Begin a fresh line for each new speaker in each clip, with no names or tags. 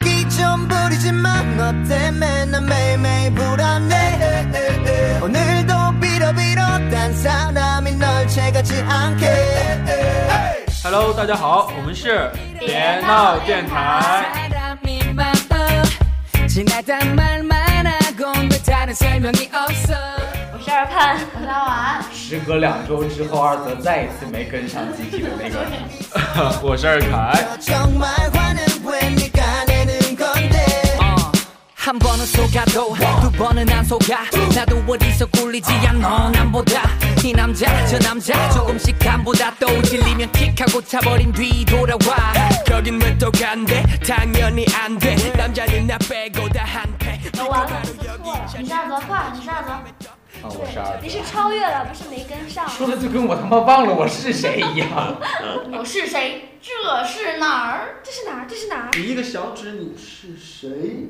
부리지만 너 때문에 난 매일매일 불안해 오늘도 비로비로 단 사람이 널 채가지 않게
Hello，大家好，我们是别闹电台。
사람이 많고 지나다 말만 하고 왜 다른 설명이 없어
我是二盼，
时隔两周之后，二泽再一次没跟上集体的那个。
我是二凯。
너 정말 화는 왜 네가 내는 건데
어, 한 번은 속아도 두 번은 안 속아 나도 어디서 꿀리지 않아 남보다 이 남자 저 남자 조금씩 간보다 또 질리면 킥하고 차버린 뒤 돌아와 여긴 왜 또 간대 당연히 안돼 남자는 나 빼고 다 한패
我完了，我错了，你是二泽快，你是二泽，
啊，我是二
对，你
泽。
是超越了，不是没跟上。
说的就跟我他妈忘了我是谁一样。
我是谁？这是哪儿？这是哪儿？这是哪儿？
比一个小指，你是谁？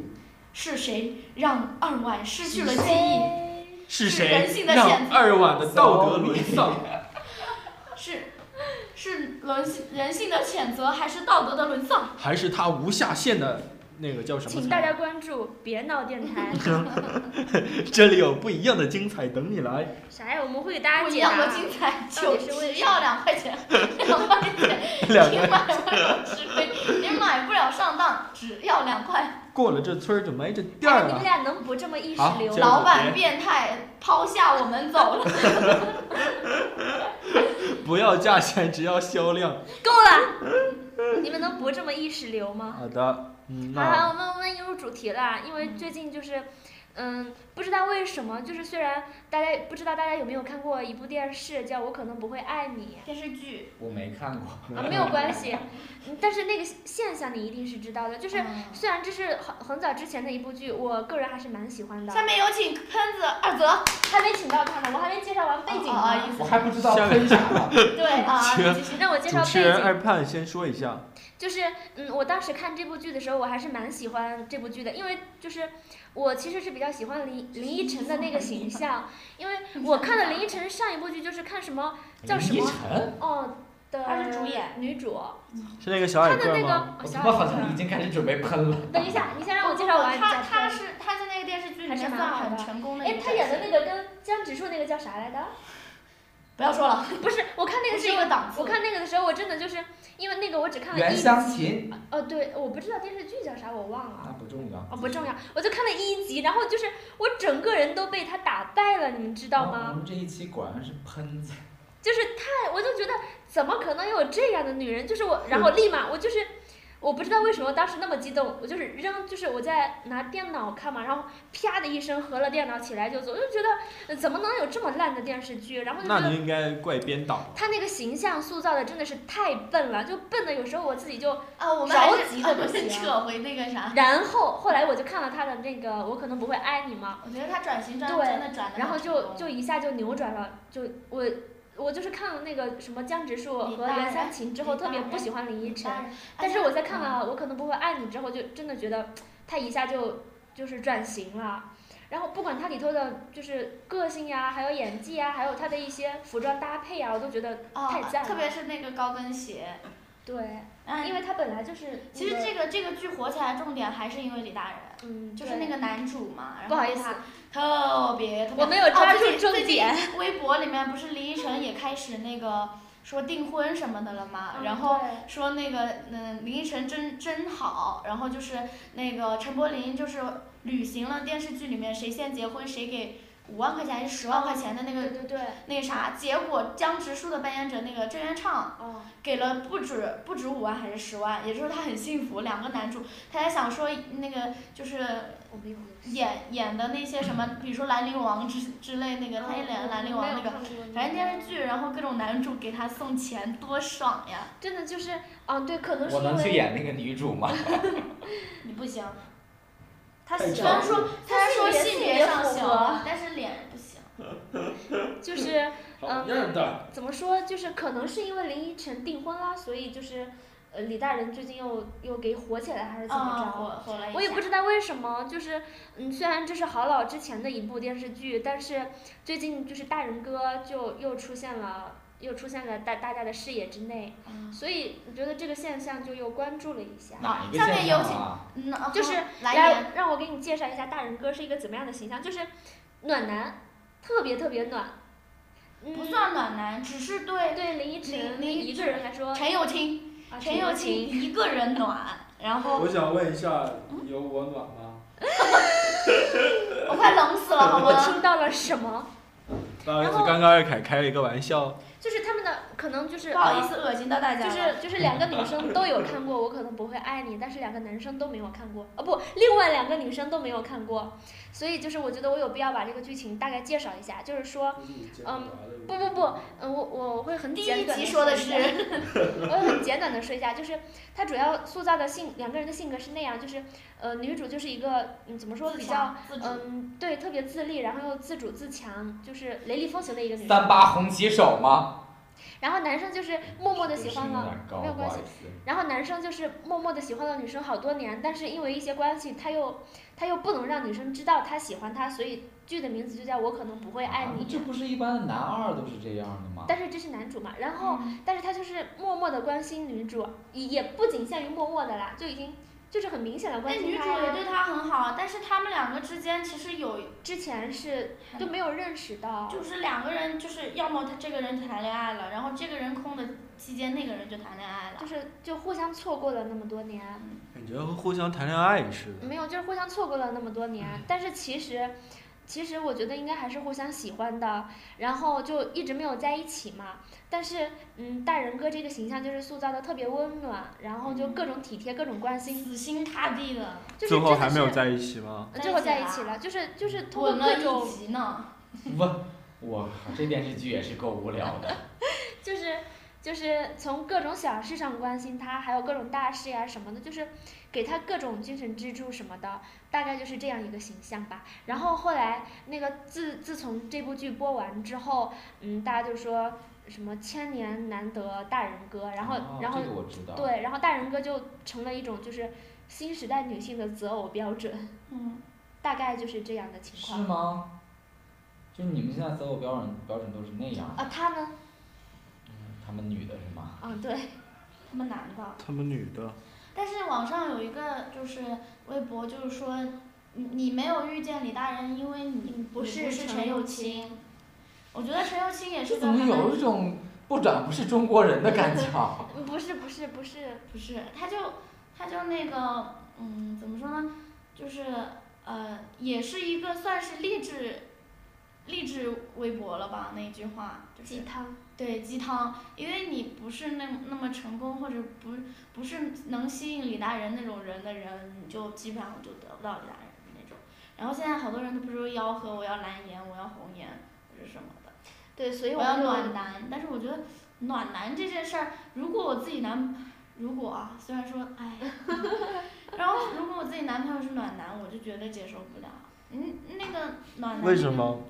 是谁让二万失去了记忆？
是
人
谁
性的
让
陷阱
二晚的道德沦丧？
是是人性人性的谴责，还是道德的沦丧？
还是他无下限的那个叫什么？啊
请大家关注“别闹电台
这里有不一样的精彩等你来。”。
啥呀？我们会给大
不
家
一
解
样
答
的。
啊
精彩，
到
就
底是为
只
什
要两块 钱，两块钱，
两
你
个
买不了吃亏，你买不了上当，只要两块。
过了这村儿就没这店
哎
儿
你们
了。
俩能不这么意识
好
流
接
吗？
着
老板变态抛下我们走了，
不要价钱，只要销量。
够了！你们能不这么意识流吗？
好的，嗯，
好了，
那
我们我们进入主题了，因为最近就是，嗯，不知道为什么，就是虽然大家不知道大家有没有看过一部电视叫《我可能不会爱你
电视剧
我没看过。》
啊，没有关系，嗯但是那个现象你一定是知道的，就是虽然这是很很早之前的一部剧，我个人还是蛮喜欢的。
下面有请喷子二泽
还没请到他呢，我还没介绍完背景呢。
啊，意思
我还不知道喷啥呢。
对啊，
请
就是
让我介绍
主
背
持人
景，
二盼先说一下。
就是嗯，我当时看这部剧的时候，我还是蛮喜欢这部剧的，因为就是我其实是比较喜欢林林依晨的那个形象，因为我看了林依晨上一部剧就是看什么叫什
林依
么
晨，
哦的，
她是主演
女主，
是那个小
她
矮
的
个儿
那个
吗？
哦
我
小
他妈好
矮
像已经开始准备喷了。
个，等一下，你先让我介绍完。
他
你再
他
说
是他在那个电视剧里面
还是
算
蛮好的
很成功的一
哎
个，角色，
他演的那个跟江直树那个叫啥来着？
不要说 了，
不是，我看那个
不是
时
一
候
个，档次，
我看那个的时候，我真的就是因为那个我只看了
袁
一
湘琴
哦，对，我不知道电视剧叫啥，我忘了。
啊，不重要。
哦，不重要，我就看了一集，然后就是我整个人都被他打败了，你们知道
我
吗？
们这一期果然是喷子。
就是太，我就觉得怎么可能有这样的女人？就是我，然后立马我就是，我不知道为什么当时那么激动，我就是扔，就是我在拿电脑看嘛，然后啪的一声合了电脑起来就走，我就觉得呃怎么能有这么烂的电视剧？然后就觉
那
得
你应该怪编导。
他那个形象塑造的真的是太笨了，就笨的有时候我自己就
啊，我们还
着急
是
的
啊不
不
是
行
撤回那个啥，
然后后来我就看了他的那个《我可能不会爱你》嘛，
我觉得他转型转
对
真的转的，
然后就就一下就扭转了，就我我就是看了那个什么江直树
李
和
大
袁
人
湘琴之后，
李
特别
大
不
人嗯
喜欢林依晨，
但是
但是我在看了《我可能不会爱你》之后，就真的觉得他一下就就是转型了。然后不管他里头的就是个性呀，还有演技呀，还有他的一些服装搭配呀，我都觉得
啊
太赞，了
特别是那个高跟鞋，
对，
嗯，
因为他本来就是那个、
其实这个这个剧火起来，重点还是因为李大仁，
嗯
就是那
对
个男主嘛，然
不
后
好意
他
思，
特别特别。
我没有抓
哦最
住
近
重
最近
点。
微博里面不是林依晨也开始那个说订婚什么的了嘛，然后
嗯对
说那个嗯林依晨真真好，然后就是那个陈柏霖就是履行了电视剧里面谁先结婚谁给五万块钱还是十万块钱的那
对
个
对对，
那个啥，结果江直树的扮演者那个郑元畅
哦，
给了不止不止五万还是十万，也就是他很幸福，两个男主，他还想说那个就是
我没有。
演演的那些什么，比如说《兰陵王之》之类那
哦
个，他也演《兰陵王》那个，
个
反正电视剧，然后各种男主给他送钱，多爽呀！
真的就是，啊，对，可能是
我能去
因为
演那个女主吗？
你不行，
他
太
喜
虽然
欢
丑
说虽然说
性别
性
性
别
别
上
符
行
合，
但是脸不行。
就是
好样的！
怎么说，就是可能是因为林依晨订婚啦，所以就是，呃，李大人最近又又给火起来，还是怎么
嗯，
着？
火火了一下。
我也不知道为什么，就是嗯，虽然这是好老之前的一部电视剧，但是最近就是大人哥就又出现了又出现在大大家的视野之内，
嗯
所以我觉得这个现象就又关注了一下。
哪一个
下面
现
有
象
请
啊？
嗯，
就是
来源
来，让我给你介绍一下大人哥是一个怎么样的形象，就是暖男，特别特别暖。嗯
不算暖男，只是对
对林依晨
林林依
一个人来说，
陈友清，
啊
陈友清
清
一个人暖，然后
我想问一下，有我暖吗？
我快冷死了，好
我
吗？
听到了什么？
不好意思，刚刚二凯开了一个玩笑，
就是他们的可能就是
不好意，思，啊恶心到大
呃
家
就
了。
是就是两个女生都有看过，我可能不会爱你，但是两个男生都没有看过，哦不，另外两个女生都没有看过，所以就是我觉得我有必要把这个剧情大概介绍一下，就是说，嗯，不不不，嗯，我我会很
第一
简短
集
地
说的
一
是
下，我会很简短的说一下，就是他主要塑造的性两个人的性格是那样，就是呃女主就是一个嗯怎么说比较
自主
嗯对特别自立，然后又自主自强，就是雷厉风行的一个女
三
生。
八红旗手吗？
然后男生就是默默的喜欢
有
了
点，高，
没有
不
关
好
系
意。思。
然后男生就是默默的喜欢了女生好多年，但是因为一些关系，他又他又不能让女生知道他喜欢她，所以剧的名字就叫我可能不会爱
啊
你。
这不是一般的男二都是这样的吗？
但是这是男主嘛，然后
嗯
但是他就是默默的关心女主，也也不仅限于默默的啦，就已经就是很明显的关
那
心
哎女主
她
也
呀。
对他很好，但是他们两个之间其实有，
之前是都没有认识到，
就是两个人就是要么他这个人谈恋爱了，然后这个人空的期间那个人就谈恋爱了
就。是就互相错过了那么多年，
感觉和互相谈恋爱似的。
没有就是互相错过了那么多年，
嗯
但是其实。其实我觉得应该还是互相喜欢的，然后就一直没有在一起嘛。但是，嗯，大人哥这个形象就是塑造的特别温暖，然后就各种体贴、各种关心，
死心塌地的
就是
嗯最后
真
还
的
没有
是
在一起吗？
最后在一起了，就是就是通过
滚
各
了
种
一集呢。
我我靠，这电视剧也是够无聊的。
就是就是从各种小事上关心他，还有各种大事呀什么的，就是给他各种精神支柱什么的，大概就是这样一个形象吧。然后后来那个自自从这部剧播完之后，嗯，大家就说什么千年难得大人哥，然后、
哦
然后
这个我知道。
对，然后大人哥就成了一种就是新时代女性的择偶标准，
嗯，
大概就是这样的情
是
况。
吗？就是你们现在择偶标准标准都是那样，
啊，他呢？
嗯他们女的是吗？
嗯，对，
他们男的。
他们女的，
但是网上有一个就是微博，就是说你你没有遇见李大人，因为你不
你不
是
是
陈
陈
友
友
清。我觉得陈友清也
这
是个
怎么
还蛮
有一种不长不是中国人的感觉啊？
嗯不是不是不是，
不是，他就他就那个，嗯，怎么说呢，就是呃，也是一个算是励志励志微博了吧？那句话就是
鸡汤。
对鸡汤，因为你不是那那么成功，或者不不是能吸引李大人那种人的人，你就基本上就得不到李大人的那种。然后现在好多人都不是吆喝我要蓝颜，我要红颜或者什么的。
对，所以
我
我
要
们就
暖男，但是我觉得暖男这件事儿，如果我自己男，如果啊，虽然说哎 呀，然后如果我自己男朋友是暖男，我就绝对接受不了。嗯，那个暖男
为
那
什
个
么？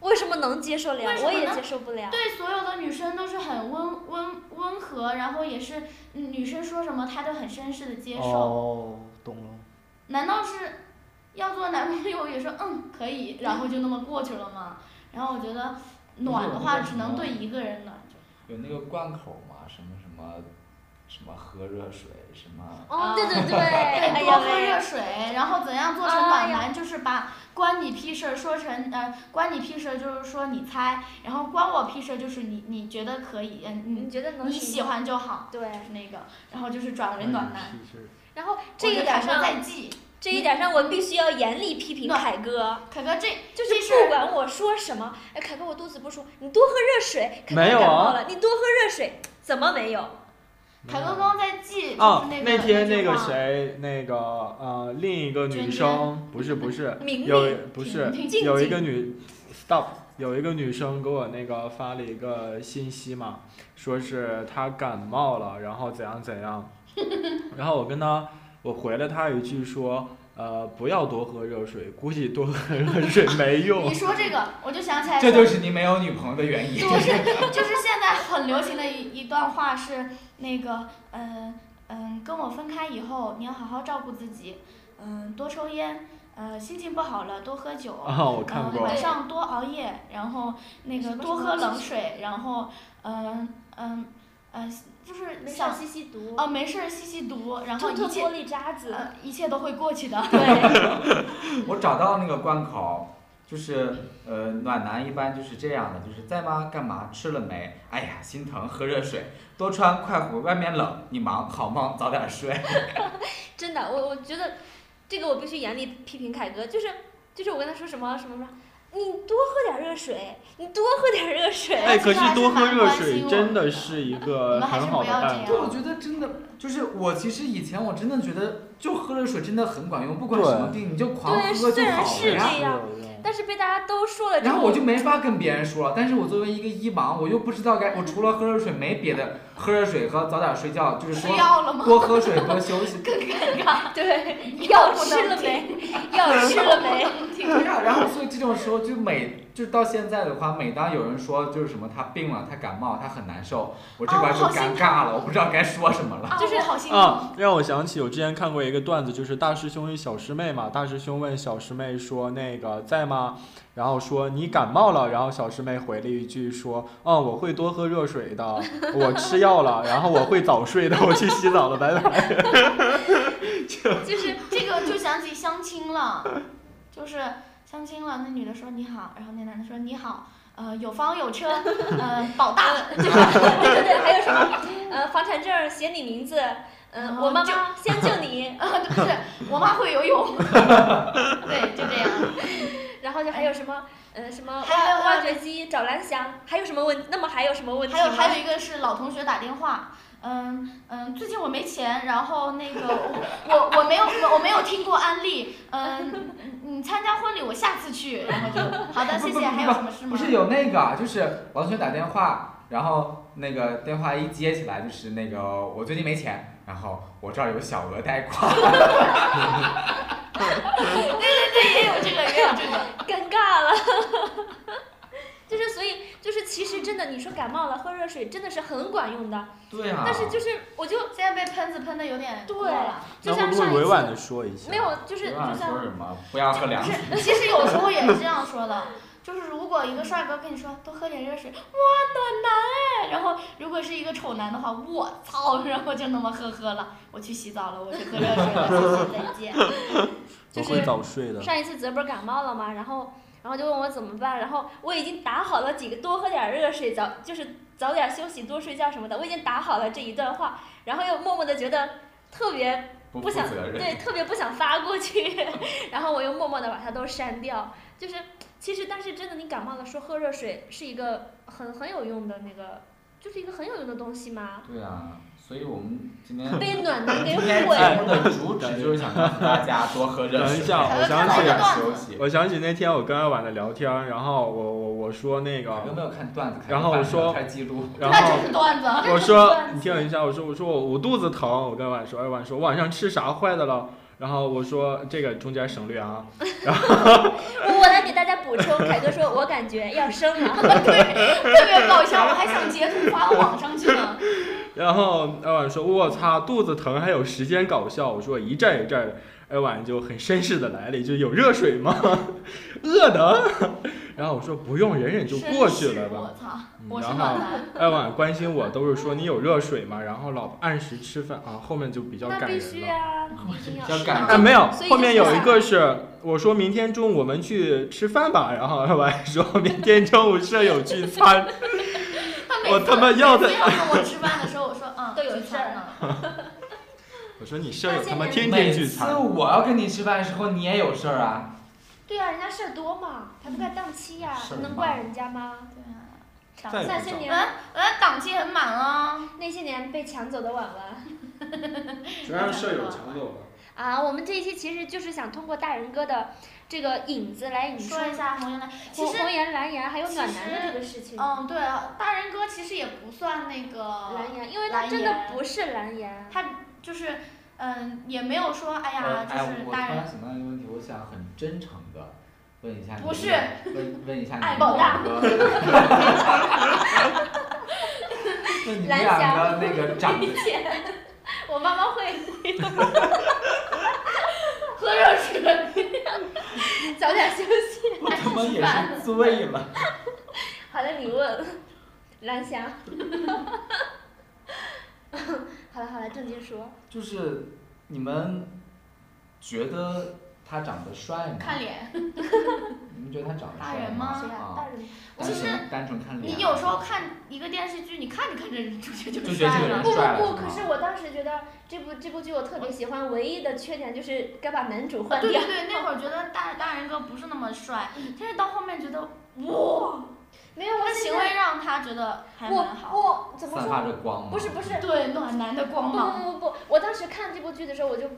为什么能接受了呀
为？什么
我
呢
也接受不了。
对所有的女生都是很温温温和，然后也是嗯女生说什么他都很绅士的接受。
哦，懂了。
难道是要做男朋友也说嗯可以，然后就那么过去了吗？然后我觉得暖的话只能对一个人暖，就
有那个贯口嘛，什么什么什么喝热水，什么
哦，对对 对，哎
多
呀
喝热
喂，哎
水，然后怎样做成暖男，就是把关你屁事儿说成呃，关你屁事儿就是说你猜，然后关我屁事儿就是你你觉得可以，嗯
你
你
觉得能
你
行
喜
吗？
欢就好，
对，
就是那个，然后就是
哎
转为暖男。
然后
我
这一
就
点
打算
上，
再记，
这一点上我必须要严厉批评
暖
凯哥，
可可这
就是
这
不
是
管我说什么，哎，凯哥我肚子不舒服，你多喝热水。凯哥
没有啊
感冒了，你多喝热水，怎么没有？
凯哥刚刚在记，就是
啊，
那
那
个
天
那
那
句
个
话
谁，那个呃，另一个
娟
女
娟
生，不是不是，
明
有
明
不是
婷
婷
有一个女，stop，有一个女生给我那个发了一个信息嘛，说是她感冒了，然后怎样怎 样，然后我跟她，我回了她一句说，呃，不要多喝热水，估计多喝热水没用
你。说这个，我就想起
哎
来
这就
说
是你没有女朋友的原因。
就是就是现在很流行的一一段话是那个呃嗯，跟我分开以后，你要好好照顾自己，嗯，多抽烟，呃，心情不好了多喝酒，
啊，我看
嗯，
过
晚，上多熬夜，然后那
什
个
么
多
什么
喝
东
冷
西
水，然后嗯嗯嗯，就是
没事
想
吸吸毒，
哦没事儿吸吸毒，然后
吐吐
一
玻
切
璃渣子，
呃一切都会过去的。
对，
我找到那个关口，就是呃，暖男一般就是这样的，就是在吗？干嘛？吃了没？哎呀，心疼，喝热水，多穿，快活，外面冷，你忙，好梦，早点 睡。
真的，我我觉得这个我必须严厉批评凯哥，就是就是我跟他说什么什么什么，你多喝点热水，你多喝点热水，
哎，
这
可
个还
是多
是
喝
蛮
热
关
水
心我
真
们
的
的
是一
我
个
们还
很
是
好
不
的
要
办
这
法
样。
对，我觉得真的就是我，其实以前我真的觉得就喝热水真的很管用，不管
对
什么病你就狂喝
对
就
虽然
好
是
了呀
这。样但是被大家都说了之
然后
后，
我就没法跟别人说了，但是我作为一个一盲，我又不知道该，我除了喝热水没别的，喝热水和早点睡觉，就是
吃
说
药了吗？
多喝水多休 息。
更尴尬，
对药
不
吃
能
了没
停，
药吃了没，
对呀、然后所以这种时候就每就是到现在的话，每当有人说就是什么他病了，他感冒，他很难受，我这
啊
块
我
就
好心
尴尬了，我不知道该说什么了。
啊
就是
我好心疼。
嗯
啊，让我想起我之前看过一个段子，就是大师兄与小师妹嘛。大师兄问小师妹说：“那个在吗？”然后说：“你感冒了。”然后小师妹回了一句说：“嗯，我会多喝热水 的，我吃药了，然后我会早睡的，我去洗澡了，拜拜。
就是
这个就想起相亲了，就是相亲了，那女的说你好，然后那男的说你好，呃，有房有车，呃，保大了，
就是对对对，还有什么呃房产证儿写你名字，嗯、
哦
我妈
就
妈先救 你，
呃，不是，我妈会游泳，对，就这样，
然后就还有什么呃什么
还有
挖挖掘机找蓝翔，还有什么问？那么还有什么问题
还有
吗
还有一个是老同学打电话。嗯嗯，最近我没钱，然后那个我我我没有我没有听过安利，嗯，你参加婚礼我下次去，然后就好的谢谢，还有什么事吗？
不是有那个，就是王轩打电话，然后那个电话一接起来就是那个我最近没钱，然后我这儿有小额贷款，
对，也有这个也有这个，
尴尬了。 就是所以就是其实真的，你说感冒了喝热水真的是很管用的，
对啊，
但是就是我就
现在被喷子喷的有点多
对
了。
就
那
像
会不
上
会委
一
婉啊
次
的说一下？
没有就是
不
就
要啊说
像
什么，不要喝凉水，
其实有时候也是这样说的，就是如果一个帅哥跟你说多喝点热水，哇，暖男哎，然后如果是一个丑男的话，我操，然后就那么呵呵了，我去洗澡了，我去喝热水了，谢谢再见。
就
我
是
会早睡的。
上一次泽不是感冒了嘛，然后然后就问我怎么办，然后我已经打好了几个多喝点热水，早就是早点休息，多睡觉什么的，我已经打好了这一段话，然后又默默的觉得特别
不
不
负
想
责任。
对，特别不想发过去， 然后我又默默的把它都删掉，就是其实但是真的你感冒了说喝热水是一个很很有用的那个，就是一个很有用的东西嘛，
对啊，所以我们今天
被暖男给
今
毁
天节目
了。
的主旨就是想告诉大家多喝热
等一
水，
下我想
早
起
点
来了
休息。
我想起那天我跟二婉的聊天，然后我我我说那个，
我都没有看段子，
然后我说
看记录，
然
那
后
真是段子，啊
我说你听我一下，我说我说我我肚子疼，我跟婉说，哎婉说我晚上吃啥坏的了？然后我说这个中间省略啊，
我来给大家补充，凯哥说我感觉要生了。
对，特别搞笑，我还想截图发到网上去呢。
然后艾婉说我擦肚子疼还有时间搞笑，我说一阵儿一阵儿的，艾婉就很绅士的来了一句有热水吗？ 饿的， 然后我说不用忍忍就过去了吧
我。操，
嗯
我是
然
暖
后
男，
艾婉关心我都是说你有热水吗？然后老婆按时吃饭啊，后面就比较
那
感
必
人
须
了。
啊，一定要
要
吃
感
啊，
到
没有
所以，就
后面
是
有
下
一个是我说明天中午我们去吃饭吧，然后我还说明天中午舍友聚餐，
他每
我
次
他妈要
每
的
次，要跟我吃饭的时候，我说嗯，
都有
聚
事儿
餐呢。
我说你舍友他妈
发现
天天
哎每
聚
次
餐，
我要跟你吃饭的时候，你也有事儿啊。
对啊，人家事儿多嘛，还不该档期呀、
事儿
你能
忙
怪人家吗？
对啊
再也
那
不
些
找
嗯
年
嗯，档期很满啊。
那些年被抢走的婉婉
全让舍友抢走了。
啊，我们这一期其实就是想通过大人哥的这个影子来引出
说一下红原来，其
红
实
红颜蓝颜还有
其
暖男的
实
这个事情。
嗯，对啊，大人哥其实也不算那个，
蓝颜，因为它
蓝
真的
颜
不是蓝 颜，
他就是嗯，也没有说哎
呃
呀，就
哎，
是
我突
大
然
人
想到一个问题，我想很真诚的问一下你，
不是
问问一下你
爱
们
爆炸
两个，问你们
蓝
两个那个长得
我妈妈 会
喝热水。
早点休息。
我他妈也是醉了。
好了，你问，蓝翔。 好了好了，正经说，
就是你们觉得他长得帅吗？
看脸，
你们觉得他长得
大
帅
人
吗？
吗
谁呀、
啊
大人吗。
单
其实
纯单纯看脸。啊
你有时候看一个电视剧，你看着看着 主角就
就觉得这
帅
个人
了。
不
帅了
不不，
是
可
吗
是我当时觉得这部这部剧我特别喜欢，唯一的缺点就是该把男主换
对
掉
对。对，那会儿觉得大大人哥不是那么帅，但是到后面觉得哇，
没有，我
他
现
行
在
为让他觉得还蛮好。
我我怎么
散发
说？
着光芒。
不是不是，
对暖男的光
不
芒。
不不不，我当时看这部剧的时候我就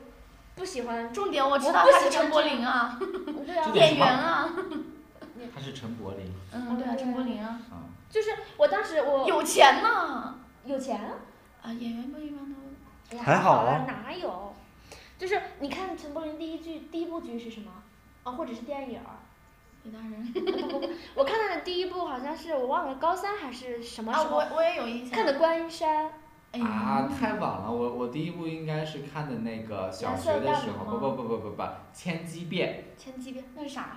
不喜欢，
重点我知
我
道
不
他
喜
是
欢
陈柏
这
霖啊，
对啊
这，点
演员啊，
他是陈柏霖
嗯，对啊，陈柏霖啊，
啊，
就是我当时我
有钱呐。
有钱啊。
啊，演员不一般都
哎呀
还好啊
了哪有？就是你看陈柏霖第一剧第一部剧是什么？啊，或者是电影儿？
李大人
我看他的第一部好像是我忘了高三还是什么时
啊，
候、
我 我也有印象。
看的《观音山》，
哎
啊，
呀，
太晚了！我我第一部应该是看的那个小
蓝
学
色
的
大
时候，
门
不
吗
不不不不不，《千机变
前几遍。
那是啥？》
《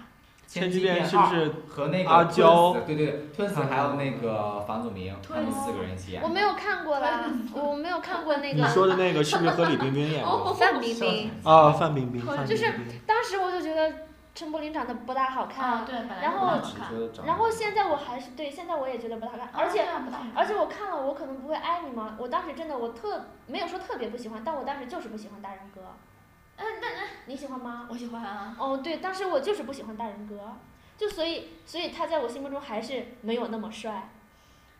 千
机
机变
变
是不
二
是
和那个
阿
吞死
娇
对对对，吞死还有那个房祖名，他们
吞
四个人一起演
我
的。
没有看过啦，我没有看过那
你
个
说的那个是不是和李冰哦冰演
哦
的？
范冰
笑
冰。
死
啊，范冰冰，范
就
冰
是
冰。
当时我就觉得陈柏霖长得不大好
啊，
看，
对，本来
然
就
后
那
不好
只
看
说长
然
得
后现在我还是对，现在我也觉得不大好看，而且
啊对啊不太好看
而且我看了，我可能不会爱你吗？我当时真的我特没有说特别不喜欢，但我当时就是不喜欢大人哥。
嗯，那那
你喜欢吗？
我喜欢啊，
哦，对，当时我就是不喜欢大人哥，就所以所以他在我心目中还是没有那么帅。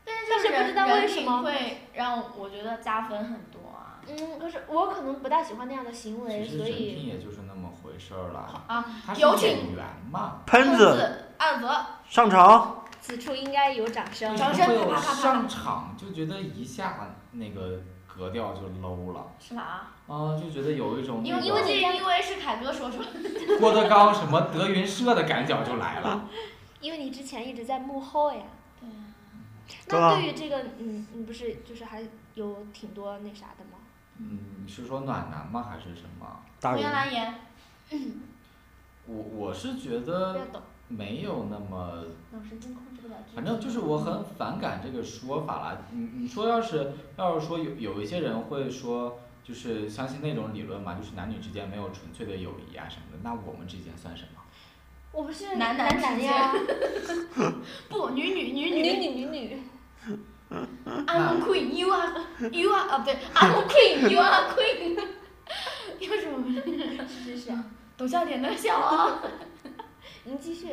但
是不知道为什么
会让我觉得加分很多啊。
嗯，可是我可能不大喜欢那样的行为，
其实
所
人
以
品也就是那么回事儿了。
啊，
他是
有
演员嘛，
喷子
二泽，
上场，
此处应该有掌声
为。
掌
什
声
么会有
啪啪啪啪
上场就觉得一下那个格调就 low 了
是吧？
啊，就觉得有一种
嗯因为
那
因为
个
这因为是凯哥说出来的，
郭德纲什么德云社的感脚就来了。
因为你之前一直在幕后呀。
对啊
对啊
那对于这个，嗯，你不是就是还有挺多那啥的吗？
嗯，你是说暖男吗？还是什么？
大
胡
人
杨。蓝颜，
我我是觉
不要
得
懂，
没有那么，
脑神经控制不了自己。
反正就是我很反感这个说法啦。你你说要是要是说有有一些人会说，就是相信那种理论嘛，就是男女之间没有纯粹的友谊啊什么的，那我们之间算什么？
我们是
男男
男
之间
呀，
不女女女
女
女
女女女。
，I'm queen you are you are 啊不对，I'm queen you are queen，又是我们
是是是，
懂笑点的笑啊。
你继续。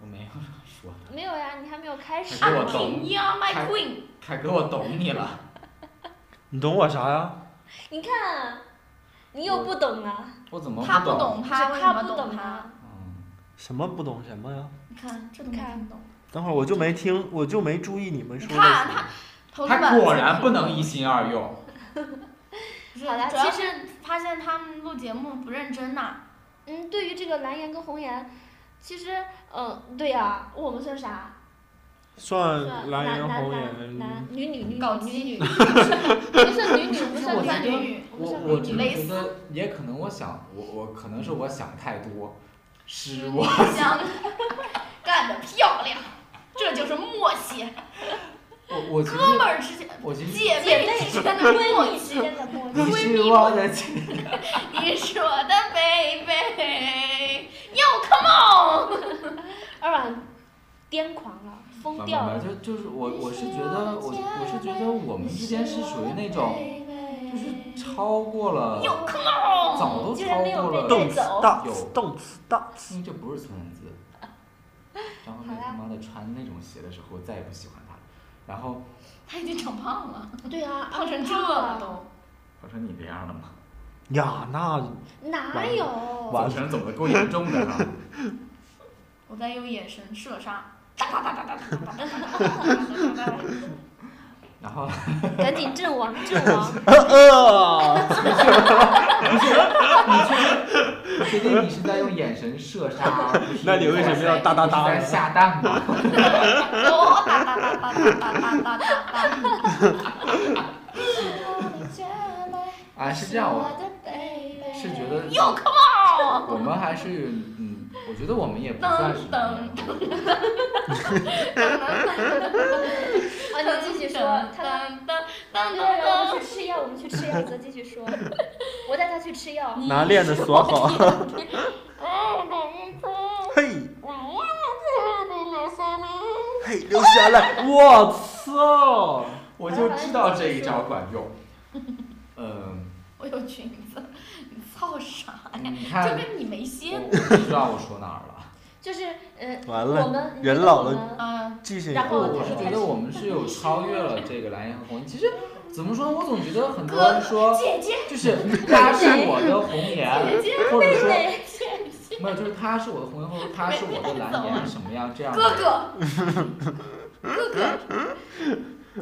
我没有说的，
没有呀，你还没有开始。
我
I'm
懂
king you are 啊 my
看
queen，
凯哥，我懂你了。
你懂我啥呀？
你看，你又不懂啊，
我怎么
他
不懂？
懂他，
是
为什
他
么
不
懂他？
啊。
嗯，
什么不懂什么呀？
你看这都没
看
听懂。
等会儿我就没听，我就没注意你们说的。
看他同志
他
们
果然不能一心二用。
是
好的
主要
其
是发现他们录节目不认真呐、
嗯，对于这个蓝颜跟红颜，其实，嗯，对呀，我们算啥？
算
算
蓝
男
颜
男
红
男
颜，
男女女女
搞
女
基
女，我们算女女，我们
我
算
觉得
男女，
女
我
我
们算
我
女
只是
女。
蕾
觉
丝
得，也可能我想，我我可能是我想太多，失
互
望。
相干得漂亮，这就是默契，
我我其实
哥们儿之间、
我其实
姐妹之间的默
你之
契。
间的默
你
契，
是我的情
你是我的 baby，Yo come on！
二晚癫狂了，疯
不
掉了
不。不就就是我我是觉得我我是觉得我们之间是属于那种
哎
就是超过了，
Yo come on！
早都
居
超
然没有
过
被
了
带
动
动
词
走
大
有，
动词 大。
词，这不是孙燕姿。张惠妹他妈的穿那种鞋的时候，我再也不喜欢她了。然后
他已经长胖了，
对啊，
胖成这
胖
了
了，
都。
我说你这样了吗？
呀， 那
哪有？
完
走神走的够严重的了。
我在用眼神射 杀，哒哒哒哒哒哒哒哒哒哒哒哒哒。
然后
赶紧阵亡，阵亡！
呃，
我觉得你是在用眼神射杀， 不是
那你为什么要哒哒哒
不是
呢
在下蛋吗？
哦哒哒哒哒哒哒哒哒哒。
啊，啊，是这样，我
的 baby
是觉得
哟，come on，
我们还是嗯，我觉得我们也不算是
噔
那
噔
样。
啊，你继续说，他们。
噔噔噔
对，
噔
我们去吃药，我们去吃药，则继续说。我带他去吃药。
拿链子锁好。嘿，嘿，留下来！我操！
哦我就
哎
知道这一招管 用。嗯，
我有裙子，你操啥哎呀？
你
就
看，
跟你没心
我。我不知道我说哪儿 了。
就是呃，
完
我
了，
们
人老了
我们
嗯，
记性
然
我
后
我是觉得我们是有超越了这个蓝颜和 红颜。其实怎么说呢，我总觉得很多人说，
姐姐，
就是 他是我的红颜，或者说
对，
没有，就是他是我的红颜，或者他是我的蓝颜，什么样这样的。
哥哥，哥哥，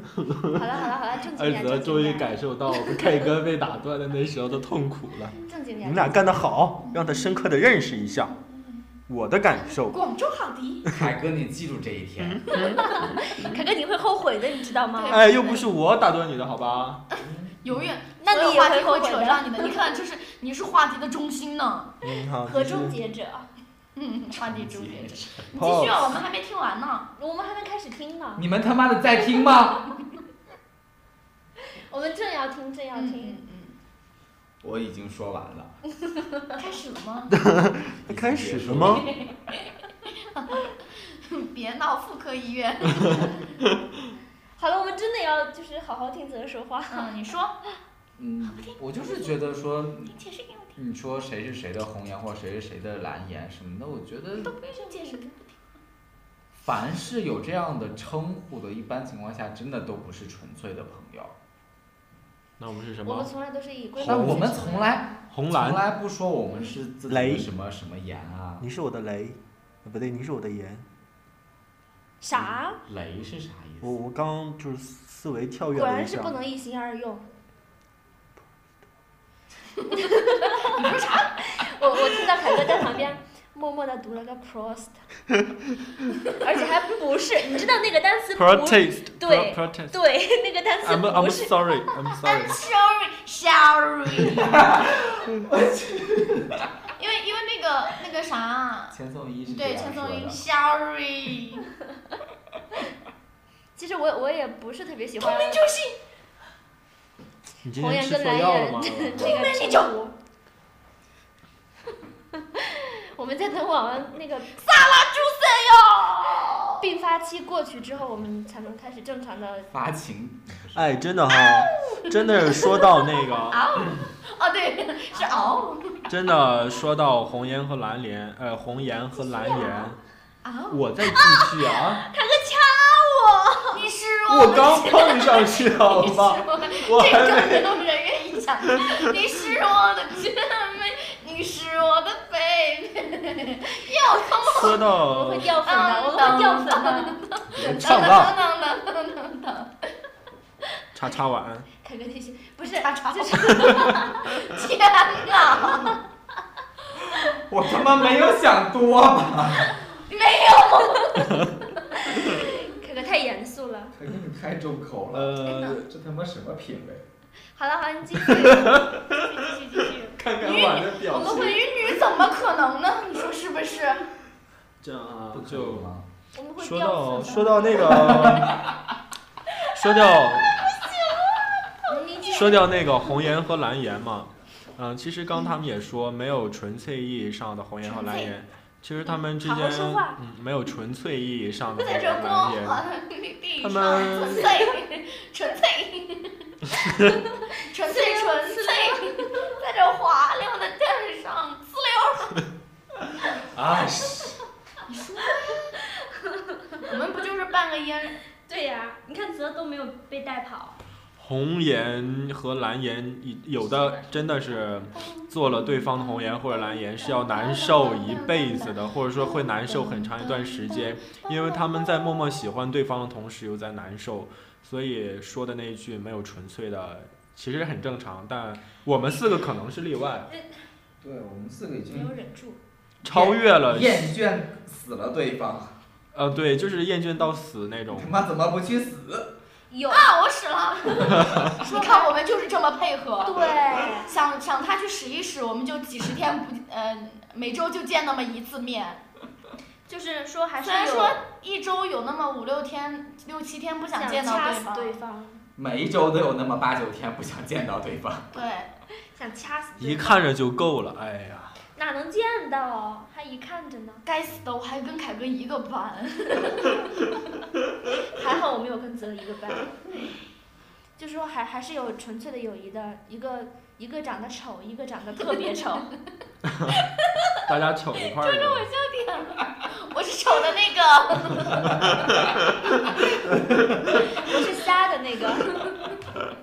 好了好了好了，正经
二
点，
泽
正
终
经
于
点，
感受到我们 K 哥被打断的那时候的痛苦了。
正经
你
点。
们俩干得好，让他深刻的认识一下我的感受。
广州好迪，
凯哥，你记住这一
嗯
天。
凯哥，你会后悔的，你知道吗？
哎，又不是我打断你的，好吧？
永远，
那
所有
你也
话
会
题
后
会
悔
扯
的
上你的。你看，这是你是话题的中心呢。
嗯，好，
何
继续
终结者，
嗯，话题终结者。你继续啊，
Pause
我们还没听完呢。
我们还没开始听呢，
你们他妈的在听吗？
我们正要听，正要
嗯
听。
嗯
我已经说完了。
嗯，开始了 吗？
那开始了吗？
别闹，妇科医院。
好了，我们真的要就是好好听泽说话。
嗯，你说，
嗯，我就是觉得说，
解释给我听，
你说谁是谁的红颜，或谁是谁的蓝颜什么的，我觉得
不用解释给我听。
凡是有这样的称呼的，一般情况下真的都不是纯粹的朋友。
那我们是什
我
么？
们从来都是以规
但
范。
啊我们从来
红
从
蓝，
来不说我们是自己
雷
的什么什么颜啊，
你是我的雷，呃不对，你是我的盐。
啥？
雷是啥意
我
思？
我刚刚就是思维跳跃
果
了一
然是
下
不。能一心二用。 你说啥？我我听到凯哥在旁边默默的读了个 prost，而且还不是，你知道那个单词不是？
Protest，
对
protest。
对，那个单词
I'm I'm
不是。
sorry，I'm sorry。
Sorry，Sorry。因为因为那个那个啥，
千颂伊是这
对，
样
千颂
说
伊
的。
，Sorry，
其实我我也不是特别喜欢
就是
你今
红
天
颜
吃
跟
错
蓝
药了
颜
吗？
这个称呼。 我们在等网上那个
萨拉朱塞哟。
并发期过去之后，我们才能开始正常的。
发情，
哎，真的哈，真的是说到那个，
哦，对，是嗷
真的说到红颜和蓝莲，呃，红颜和蓝颜，
啊！
我再继续 啊，
凯哥掐
你是
我
我
刚碰上去好
你是
吧，
我们
我
这
还
种
没，
人都人愿意讲，你是我的姐妹，你是我的 baby，又靠
说
我！我
到
们会掉粉的，我们会掉粉的。
别
等
唱
等
了。
等等等等
叉叉碗，
凯哥提醒，不
不
是
是，啊，吵
就
吵
是
天哪！
我他妈没有想多吧？
凯哥太严肃了。
可你太重口了，
呃，
这他妈什么品味？
好了好了，你继续，继续继续继续。
看看
女
碗的
我
表
们
情。
会女怎么可能呢？你说是不是？
这样啊
不，可以
就
吗？
我们会
说
掉
到
粉的。
说到那个，说到
你继续
说掉那个红颜和蓝颜嘛，嗯，其实刚他们也说没有纯粹意义上的红颜和蓝颜，其实他们之
好
间
好说话
嗯没有纯粹意义上的
不
红颜
在这
和
光
蓝颜，
滑的地
他
上，
们
纯粹，纯粹，纯粹，纯粹，在这滑溜的地上，呲溜。
啊，
我们不就是半个 烟？
对呀、你看泽都没有被带跑，
红颜和蓝颜有的真的是做了对方的红颜或者蓝颜是要难受一辈子的，或者说会难受很长一段时间，因为他们在默默喜欢对方的同时又在难受，所以说的那一句没有纯粹的。其实很正常，但我们四个可能是例外，
对我们四个已
没有
经
忍住。
超越了
厌倦死了对方，
呃，对，就是厌倦到死那种
他。妈怎么不去死？
有
啊，我使 了。你看，我们就是这么配合。
对。
想想他去使一使，我们就几十天不呃，每周就见那么一次面。
就是说还是
虽然
有
说一周有那么五六天、六七天不想见到
掐
对
死
方。
对方，
每一周都有那么八九天不想见到对方。
对
想掐死对
一
方
看着就够了，哎呀，
哪能见到，还一看着呢。
该死的，我还跟凯哥一个班。
还好我没有跟泽一个班，就说还还是有纯粹的友谊的，一个一个长得丑，一个长得特 别丑。
大家瞅一块儿呗。
我是丑的那个。
我是瞎的那个，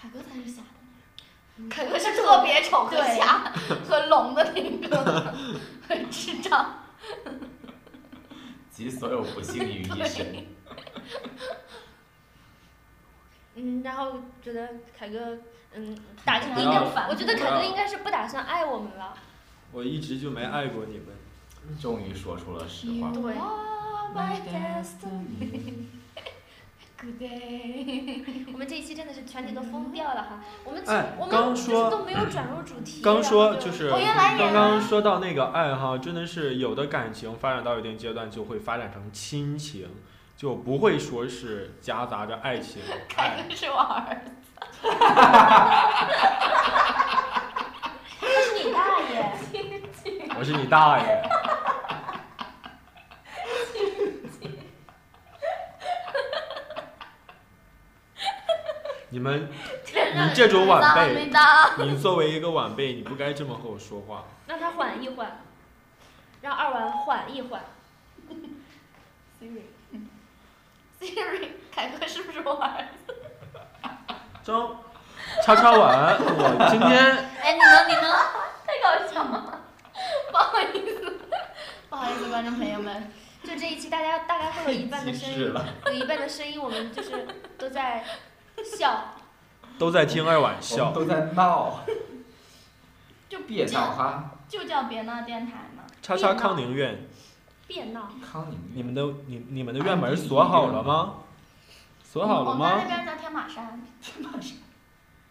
凯哥才是瞎的。凯哥是特别丑和
对
瞎和聋的那个，和智 障。
集所有不幸于一 身。
嗯，然后觉得凯哥，嗯，
打
应
成
不要
该
了
我觉得凯哥应该是不打算爱我们了。
我一直就没爱过你们。
终于说出了实话。
对
are my destiny. Good day.
我们这一期真的是全体都疯掉了哈，我们其
哎
我们
刚
就是
说嗯
都没有转入主题。
刚说
然后
就是
我原来也
刚刚说到那个爱好，真的是有的感情发展到一定阶段就会发展成亲情，就不会说是夹杂着爱情。哎
凯
爱
哥是我 儿子，
那是你大爷，
我是你大爷！你们，你这种晚
咱
辈
没，当。
你作为一个晚辈，你不该这么和我说话。
让他缓一缓，让二丸缓一缓。
Siri。Siri，凯哥是不是我儿子？
张，叉叉晚，我今天
哎，你能，你能， 太搞笑 了，不好意思，不好意思，观众朋友们，
就这一期，大家大概会有一半的声
极致
音，
了，
有一半的声音我们就是都在笑，
都在听二晚
我们
笑。
都在闹，啊
就
别
叫
闹啊哈，
就叫别闹电台嘛。
叉叉康宁院，
别闹。
康宁。
你们的你你们的院门锁好了吗？锁好了
我们那
吗？
边叫天马山，天马山，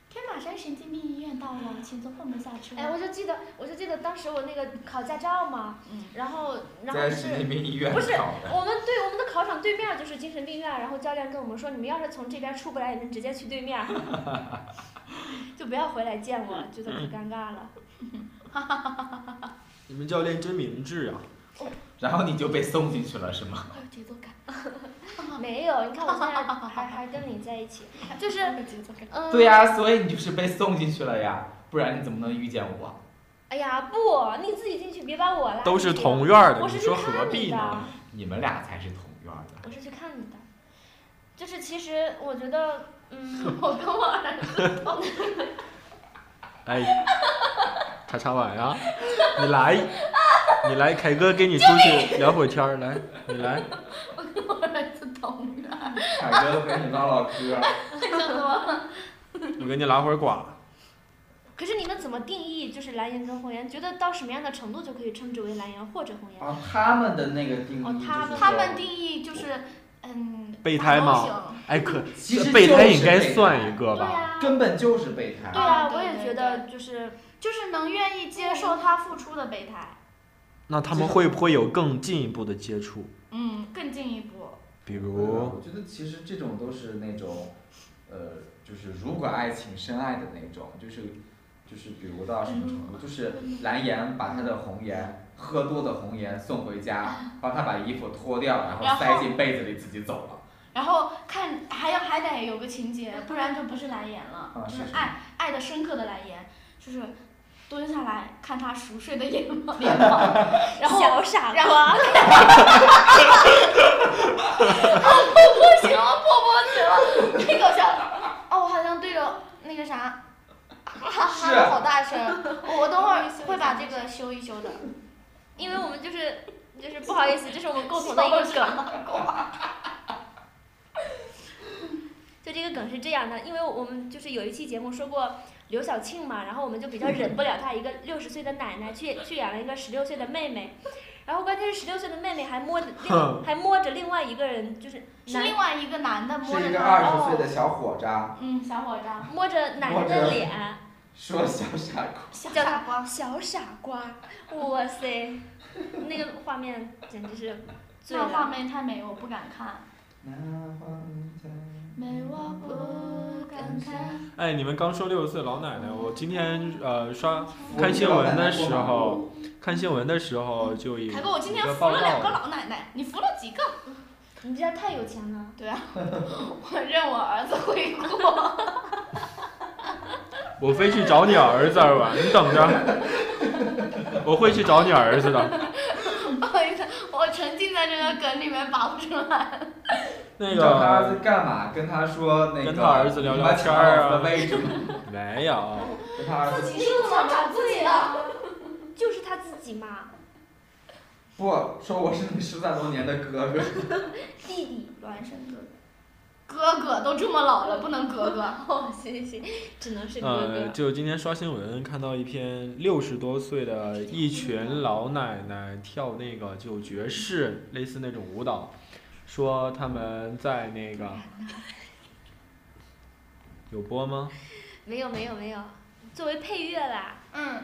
天马山神经病医院到了，请坐后门下车。
哎，我就记得，我就记得当时我那个考驾照嘛，
嗯
然后然后
在
就
神经
是。
病医院
不是
搞的，
我们对我们的考场对面就是精神病院，然后教练跟我们说，你们要是从这边出不来，你们直接去 对面，就不要回来见我，觉得
嗯
可尴尬了。
你们教练真明智啊！
然后你就被送进去了是吗？
好有节奏感，
没有，你看我现在还还跟你在一起，就是
好有节奏感。
嗯，
对呀、所以你就是被送进去了呀，不然你怎么能遇见我？
哎呀，不，你自己进去，别把我拉进去。
都是同院儿的，
我
你
是去
说
看
何必
你的
呢？
你们俩才是同院儿的。
我是去看你的，就是其实我觉得， 嗯，
我跟我儿子，
哎，叉叉晚 啊，你来，你来，凯哥跟你出去聊会儿天儿，来，你来，
我儿子同院，
凯哥陪你唠唠嗑，
想多 了。
我给你拉会儿呱。
可是你们怎么定义就是蓝颜跟红颜？觉得到什么样的程度就可以称之为蓝颜或者红颜？
啊，他们的那个定义
哦
嗯就是
他们
说
他们定义就是，嗯，
备胎
打
吗
狗型
哎，可
其实
备胎
就是
应该
备胎
算一个
对
吧？
啊
呀、
根本就是备胎
对。呀、我也觉得就是
就是能愿意接受他付出的备胎，
那他们会不会有更进一步的接触？
嗯，更进一步。
比
对吧
如，
我觉得其实这种都是那种，呃，就是如果爱情深爱的那种，就是就是比如到什么程
嗯
度，就是蓝颜把他的红颜喝多的红颜送回家， 帮他把衣服脱掉，然后
然后
塞进被子里自己走了。
然后看还要还得有个情节，不然就不是蓝颜了，
啊
嗯就是是
是
爱爱的深刻的蓝颜，就是蹲下来看他熟睡的眼眸，脸庞，然后
小傻
然后
瓜，
不行了，破不行了，太搞笑了。哦，我好像对着那个啥，哈哈的好大声，我我等会儿会把这个修一修的。
因为我们就是就是不好意思，这是我们共同的一个梗。就这个梗是这样的，因为我们就是有一期节目说过刘晓 庆嘛，然后我们就比较忍不了她一个六十岁的奶奶去去养了一个十六岁的妹妹，然后关键是十六岁的妹妹还摸着另
哼
还摸着另外一个人，就是
是
男
另外一个男的摸
是
着
一个
他，
二
哦，
十岁的小伙渣，
嗯，小伙渣，
摸着男人
摸着
的脸，
说小傻瓜。
小
叫
傻瓜，
哦小傻瓜，哇塞，那个画面简直是醉
那画
了。
面太美，我不敢看，
那花在
美我不敢看。
哎，你们刚说六十岁老奶奶，我今天呃刷
扶
看
着
新
老
闻
奶
的
奶过
时
马路
候，看新闻的时候就有一
凯哥，我今天
个
服
报
了两个
道，
老奶奶，你服了几个？
你家太有钱了，
对啊，我认我儿子会过。
我非去找你儿子玩，你等着， 我会去找你儿子的。
不好意思，我沉浸在这个梗里面拔不出 来。
那
你找他儿
个
子干嘛？跟他说那个
跟他儿子聊聊
你把
天儿啊
抢老子的位置吗？
没有，
跟他儿子
你是怎么把自己的？
就是他自己嘛，
不说我是你失散多年的哥哥，
弟弟孪生哥
哥哥都这么老了，不能哥 哥。
哥。哦，行行行，只能
嗯
是哥
呃，
哥。
就今天刷新闻看到一篇六十多岁的一群老奶奶跳那个就爵士类似那种舞蹈，说他们在那 个有播吗？
没有没有没有，作为配乐啦。
嗯，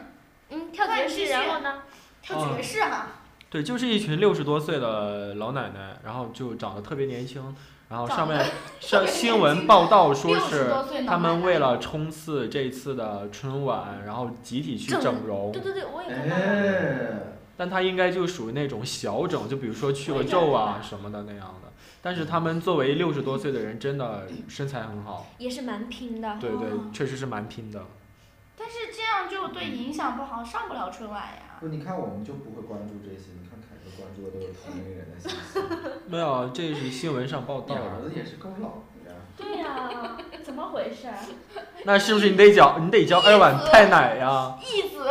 嗯，跳
那
爵
你继
士，
续
然后呢？
跳爵士哈。
对，就是一群六十多岁的老奶奶，然后就长得特别年轻，然后上面上新闻报道说
60
是
多岁老
他们
奶奶
为了冲刺这次的春晚，然后集体去整容
对，对对，我也看到 了。
哦哎，
但她应该就属于那种小整，就比如说去
我
个
也
皱啊
看到
什么的那样的。但是他们作为六十多岁的人，真的身材很好，
也是蛮拼的。
对对
哦，
确实是蛮拼的。
但是这样就对影响不好，上不了春晚呀。
不，你看我们就不会关注这些，你看凯哥关注的都是同龄人的信息。
没有，这是新闻上报
你
道
儿
的。
子也是够老的呀。
对呀、怎么回 事？
那是不是你得叫你得叫二碗太奶呀？
义子，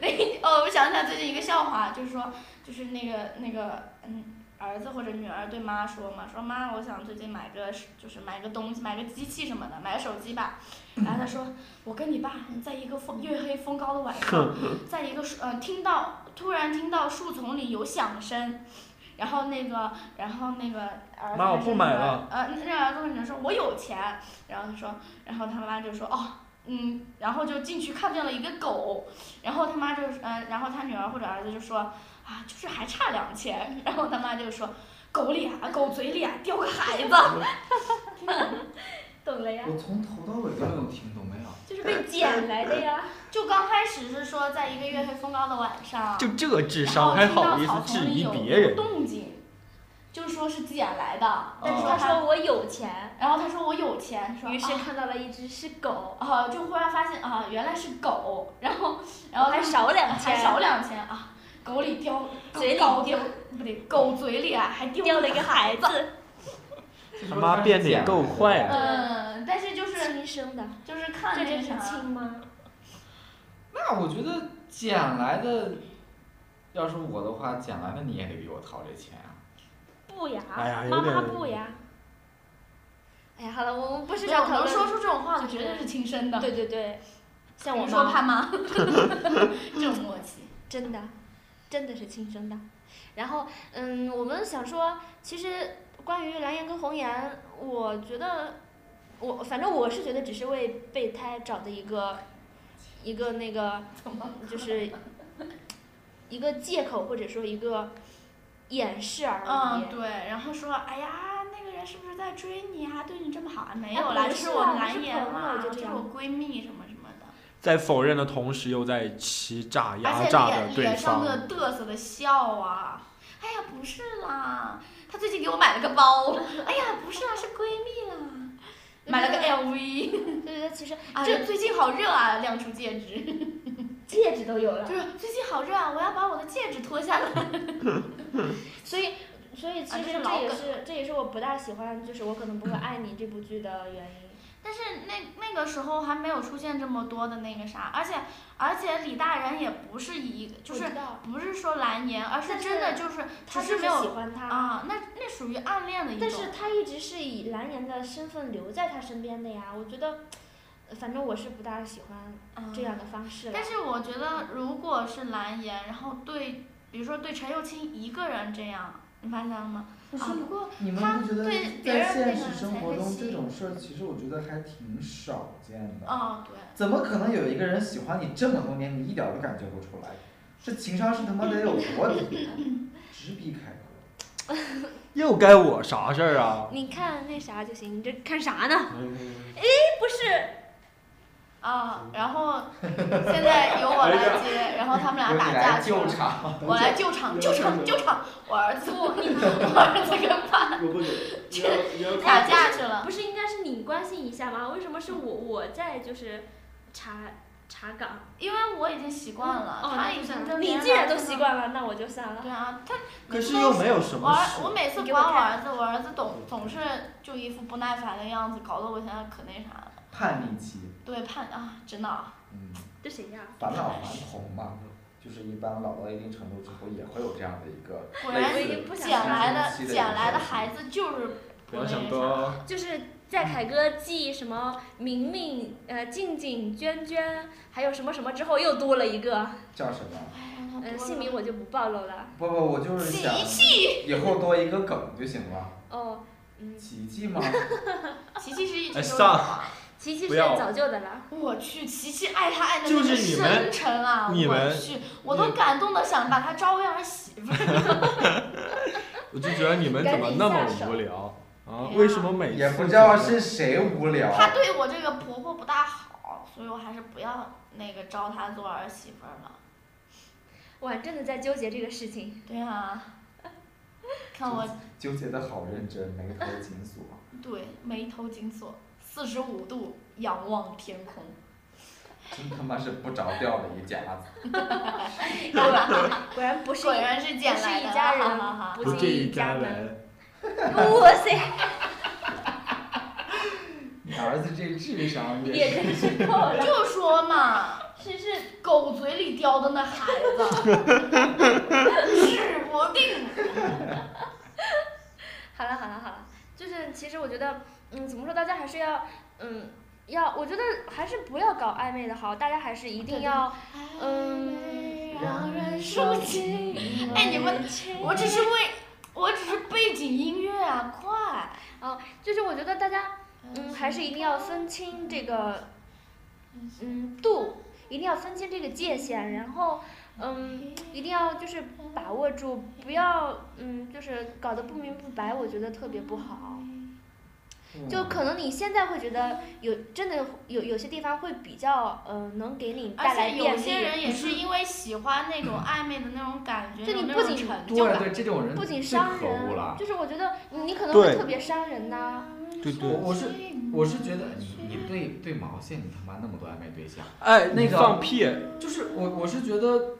那哦，我想起来最近一个笑话，就是说，就是那个那个嗯，儿子或者女儿对妈说嘛，说妈，我想最近买个就是买个东西，买个机器什么的，买个手机吧。
嗯
然后他说，我跟你爸在一个风月黑风高的晚 上，在一个树呃听到突然听到树丛里有响声。然后那个，然后那个儿子
妈我
还是
不买
女儿
了。
呃，那那儿子和女儿说：“我有钱。”然后他说，然后他妈就说：“哦，嗯，然后就进去看见了一个狗，然后他妈就是，呃，然后他女儿或者儿子就说，啊，就是还差两千，然后他妈就说，狗脸，啊狗嘴 脸，叼个孩子，
懂了呀，
我从头到尾都没有听懂，没有。
就是被捡来的 呀。
就刚开始是说在一个月黑风高的晚上，
就这智
然
商
后
还
哦听到
好意思
草丛
质
里
疑
有
别人？哦
动静，就说是捡来的，但
但
是
是
他
他
说，
说我有钱，
然后他说我有钱，说
于哦是哦
啊
看到了一只是狗，
啊，就忽然发现啊，原来是狗，然后然后
还
他
少两
还
千，
少两千啊！狗里叼，
嘴里
狗叼，不对，狗嘴里啊还
丢
叼
了一个孩 子，
这
他
说
妈
是
变得也
假
够
的
快啊
嗯，但是就是
亲生的，
就是看
这啊
那
真
个
是
啥，
亲吗？
那我觉得捡来的，要是我的话，捡来的你也得给我掏这钱啊！
不呀，
哎呀有
妈妈
点
不呀。哎呀，好了，我们不是
至少
要
可
讨
能
论
说出这种话的
就是
绝对是亲生的。
对对对，像
比
我
如说
妈
潘 妈，这种默契。
真的，真的是亲生的。然后，嗯，我们想说，其实关于蓝颜跟红颜，我觉得，我反正我是觉得只是为备胎找的一个，一个那个，就是一个借口或者说一个掩饰而已。
嗯，对，然后说，哎呀，那个人是不是在追你啊？对你这么好啊？没
哎
有
不
啦，这
是
我
啊
们
我
蓝
是
颜
朋
嘛，
友就
这
这
是
样
我闺蜜什么什么的，
在否认的同时，又在欺诈、压
而且
榨着
脸
对
脸上
方。
的嘚瑟的笑啊。哎呀，不是啦，她最近给我买了个包。哎呀，不是啦，是闺蜜啦，买了个 LV。
对哎对对，其实
啊，
这
这最近好热啊！亮出戒指，
戒指都有了
就，是最近好热啊！我要把我的戒指脱下来。
所以。所以其
啊
实
这是
这
老
也
梗
是这也是我不大喜欢，就是我可能不会爱你这部剧的原因。
但是那那个时候还没有出现这么多的那个啥，而且而且李大人也不是一个，就
我
是
知道
不是说蓝颜，而
但
是
是
真的就是
他
只
就是是
没
喜
有
欢他，
啊，那那属于暗恋的一种。
但是他一直是以蓝颜的身份留在他身边的呀，我觉得，呃反正我是不大喜欢
嗯
这样的方式了。
但是我觉得，如果是蓝颜，然后对比如说对陈又青一个人这样，你发现了吗？
不是
啊，不过
你们
他
不觉得
对别
在
人那
现
个
实生
才
活
会
中
吸
这
引
种事儿，其实我觉得还挺少见的。
哦，对，
怎么可能有一个人喜欢你这么多年，你一点儿都感觉不出来？这情商是他妈得有多低？啊直逼凯哥。
又该我啥事儿啊？
你看那啥就行，你这看啥呢？哎，不是，
啊，然后现在由我来接，然后他们俩
由
打
你
架
来
去
救
了，
场，
我来救场，救场，救场，我儿子，我儿子跟爸
我不
打架去了。
不是应该是你关心一下吗？为什么是我我在就是查查岗？
因为我已经习惯了，
哦，
他
那
已
就
经
算
跟
了。
别
你
人
既然
聊
都
天
习
了。
惯了，那我就算了。
对啊，他
可是又没有什
我
么
儿
事，
我每次
你给
管
我
我
看
儿子，我儿子总总是就一副不耐烦的样子，搞得我现在可那啥了。
叛逆期，
对，叛啊，真的啊，
嗯，
这谁呀？
返老还童嘛，就是一般老到一定程度之后，也会有这样的一个
果
我
然
已
类似
经不想
捡
上
来
期
的
的
捡
一个
来的
事情
孩子就是
不
不
要
那
想
啥
多哦。
就是在凯哥记什么明明、呃静静、娟娟，还有什么什么之后，又多了一个，
叫什么？
哎呀那
呃，
多
姓
了
名我就不暴露了。
不不，我就是
喜
想
气，
以后多一个梗就行了。
哦，嗯，
奇迹 吗？
琪琪是一直
哎
都有
上
的。
琪琪
不
是
要
早就的了。
我去，琪琪爱他爱的
就
那个
是你们
深沉啊！
你
我
们
去，我都感动的想把他招为儿媳妇儿。
我就觉得你们怎么那么无聊啊？为什么每次
也不知道是谁无聊。
她对我这个婆婆不大好，所以我还是不要那个招她做儿媳妇儿了。
哇，真的在纠结这个事情。
对啊， 看我
纠结的好认真，眉头紧锁。
对眉头紧锁，四十五度仰望天 空，
真他妈是不着调的一家 子。
果然不是
果
一，
然是捡
不是
来的，
一家
哈哈哈
不
人，不
这
进
一
一
家
家门。
人？
哇塞，
你儿子这智商
也
也是。
真是够了。
就说 嘛，
是是，
狗嘴里叼的那孩 子， 指不定。
好了好了好了，就是其实我觉得，嗯，怎么说，大家还是要，嗯，要，我觉得还是不要搞暧昧的好，大家还是一定要，嗯
让人受尽。哎，你们，我只是为，我只是背景音乐啊，快。
就是我觉得大家，嗯，还是一定要分清这个，嗯，度，一定要分清这个界限，然后，嗯，一定要就是把握住，不要，嗯，就是搞得不明不白，我觉得特别不好。
嗯
就可能你现在会觉得有真的有有些地方会比较呃能给你带
而
来
且有
便
些
利，
人也是因为喜欢那种暧昧的那种感觉，
就
有
你
那
嗯不
种
仅
成就
对
感。
对，这种人
不仅
最
伤
可恶
人，
了。
就是我觉得你你可能会
对
特别伤人呐、
对对
嗯
我我是我是觉得你你对对毛线，你他妈那么多暧昧对象，
哎，
那个
放屁！
就是我我是觉得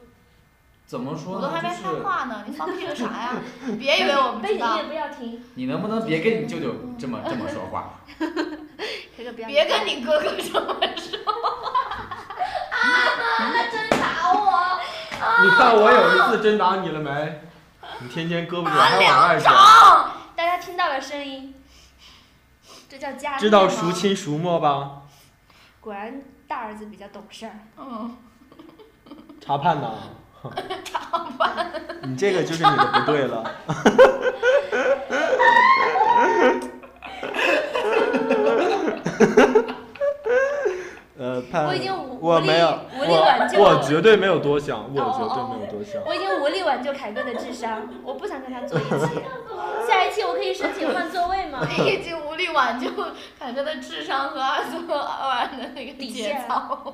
怎么
我
说
都还
呢，
没
就
开
是
话呢，你放屁个啥呀？你 别以为我不
背
知
景
道
音，乐不要停，
你能不能别跟你舅舅这么这么说话？
可可不要停。
别跟你哥哥这么说。 啊！他真打我，
你看我有一次真打你了没？你天天胳膊肘
啊
还往外甩，
掌！
大家听到了声音，这叫家
知道
教
孰
吗？
轻孰末吧？
果然大儿子比较懂事儿。
嗯，
查判 呐！查判！你这个就是你的不对 了。呃，判
我已经无
我没有，
无力无力挽救
我我绝对没有多想，我
哦
绝
哦
对
哦
没有多想。
我已经无力挽救凯哥的智商，我不想跟他坐一起。下一期我可以申请换座位吗？
你已经无力挽救凯哥的智商和二次二的那个
底
节
线
操。不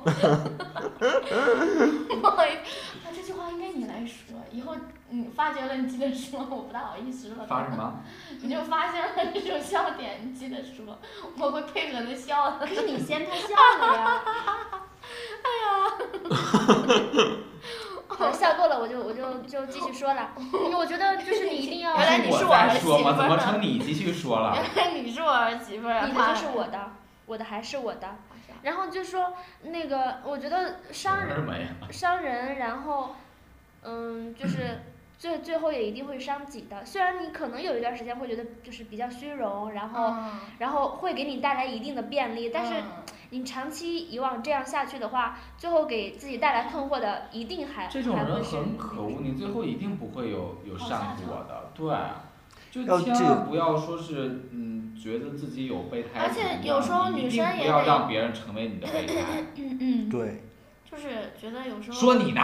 好意思，啊，这句话应该你来说，以后你发觉了你记得说，我不大好意思说。
发什？么？
你就发现了这种笑点，你记得说，我会配合的笑的。
可是你先，他笑了呀。好，笑够了，我就我就就继续说了，因为我觉得就是你一定要，
原来
你
你是
我
我儿
在
媳妇
说吗？怎么
儿
成你继续说了？
原来你是我儿媳妇儿啊，
的就是我的，我的还是我的。然后就说那个，我觉得伤
什
人
么呀？
伤人，然后嗯，就是最最后也一定会伤己的。虽然你可能有一段时间会觉得就是比较虚荣，然后
嗯，
然后会给你带来一定的便利，但是
嗯
你长期以往这样下去的话，最后给自己带来困惑的一定还
这种
还
人
会是嗯
很可恶，你最后一定不会有有
好
善
下场
果的，对。啊就
要
千
这
万不要说是，嗯，觉得自己有备胎
而
怎
且
么样，
有时候
你一
女
定
生
不
也
要
得
让别人成为你的备胎。
嗯嗯，
对，
就是觉得有时候
说你 呢？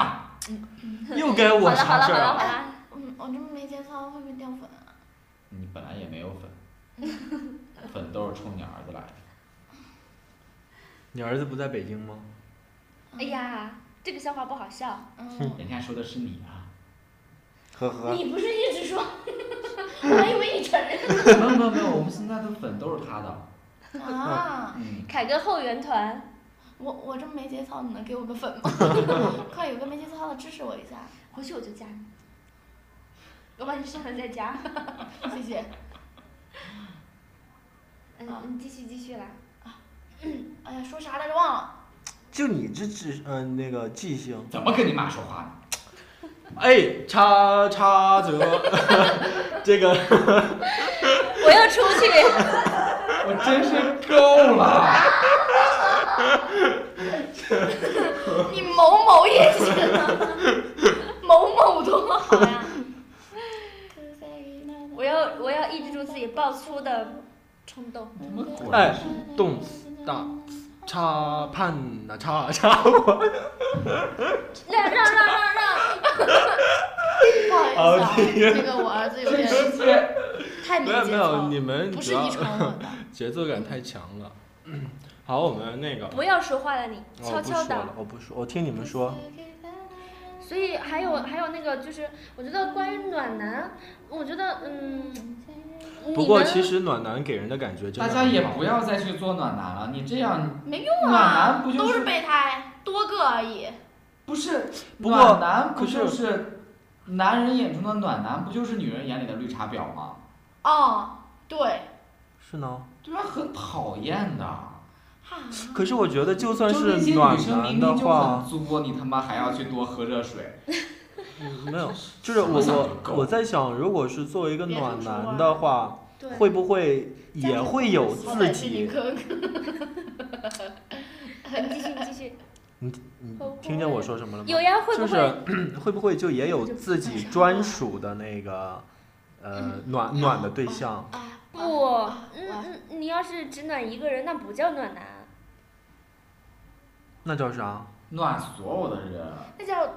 又该我
好了好
啥
了
事
好
儿
了
啊？
好了，
嗯，我这么没节操会不会掉粉啊？
你本来也没有粉，粉都是冲你儿子来的。
你儿子不在北京吗？
哎呀，这个笑话不好笑，
嗯，
人家说的是你 啊，
呵
嗯
呵，
你不是一直说， 我还以为你承认
没有没有没有，我们现在的粉都是他的。
呢啊。
嗯，
凯哥后援团，
我我这么没节操，你能给我个粉吗？快有个没节操的支持我一下，
回去我就加你，我把你删了再加。
谢谢。啊
嗯，你继续继续啦。
哎呀，说啥来着忘了。
就你这智，
呃
嗯、那个记性，
怎么跟你妈说话呢？
哎，叉叉折， 这个
我要出去，
我真是够了，
你某某也行啊，某某多好呀。
我要我要抑制住自己爆粗的冲动。
怎么果
哎
然是
动词大叉盼呐叉 叉我。
让让让让让，
不好意思啊，那个我儿子有点
世界
太没
没有
节
没
操
有，
了，
你们
不
主
是
要
遗传我的。
节奏感太强 了。好，我们那个
不要说话了你，
哦我
悄
不说
悄的
了。，我不说，我听你们说。
所以还有还有那个就是，我觉得关于暖男，我觉得嗯，
不过其实暖男给人的感觉真的
大
很
家也
好
不要再去做暖男了，你这样
没用
暖男
啊
不，就
都
是
是备胎，多个而已。
不是
不过
暖男不
可是
就是男人眼中的暖男，不就是女人眼里的绿茶婊吗？
哦，对，
是呢。
对啊，很讨厌的。
哈，
可是我觉得就算
就那
是
些
暖
女生明
男
明
的
就
话
很，作，你他妈还要去多喝热水。
嗯没有，就是我
想想就
我
够
我在想，如果是作为一个
别这么
暖
说
男
啊
的话，
对
会不会
家
也
庭
会
环
有
好
自
歹是你
己？
哥哥。
你继续你继续，
你
会不
听见我
会
说什么了吗？
有呀会
就
不
是
会？
会不会就也有自己专属的那个呃
嗯
暖暖的
哦
对象？
啊
不，
啊
嗯
啊
嗯，你要是只暖一个人，那不叫暖男，啊
那叫啥？
暖所有的人，
那叫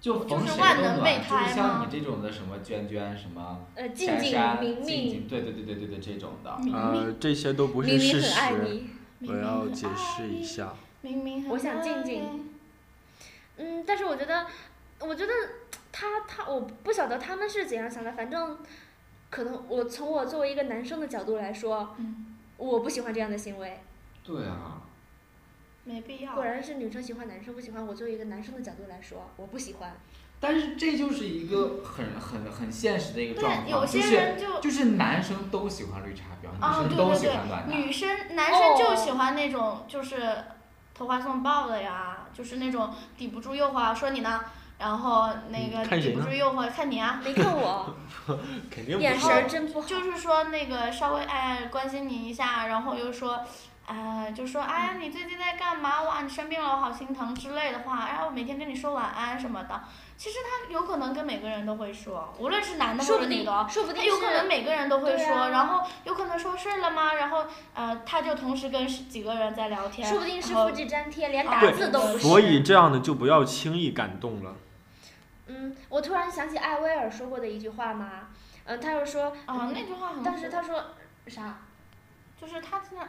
就逢
就是
谁
万
都
能
暖，
备
就
胎
是像
吗
你这种的什么娟娟什么
呃静
珊
静
珊、
明
静
明，
静，对对对对对对这种的。
明
呃
明，
这些都不
明
是
明
事
很爱
实，
你。
我要解释一。下。
明明很
我想静静
爱你。
嗯，但是我觉得，我觉得他他我不晓得他们是怎样想的，反正可能我从我作为一个男生的角度来说，
嗯，
我不喜欢这样的行为。
对啊，
没必要
果。然是女生喜欢男生不喜欢，我作为一个男生的角度来说，我不喜欢。
但是这就是一个很很很现实的一个状况，
对，有些人就
就是就是男生都喜欢绿茶婊，
啊，
女
对
生都
对
喜欢暖
对，
男。
女生男生就
哦
喜欢那种就是投怀送抱的呀，就是那种抵不住诱惑，啊说你呢，然后那
嗯
个
看
抵
谁
不
呢
住诱惑，看你啊，
没 看我
肯定不
眼
是
神儿真不好，
就是说那个稍微哎关心你一下，然后又说，呃，就说哎呀你最近在干嘛？哇，你生病了，我好心疼之类的话，哎呀我每天跟你说晚安什么的。其实他有可能跟每个人都会说，无论是男的
说
或
不
者女
定
的哦，
说不
他
定
有可能
是
每个人都会
对
说，
啊
然后有可能说睡了吗？然后呃他就同时跟十几个人在聊天，
说不定是
然后
复制粘贴，连
啊
打
对
字都不是。
所以这样的就不要轻易感动了。
嗯，我突然想起艾薇儿说过的一句话嘛，嗯、她就说，
啊那句话很，
当时她说啥？
就是他真的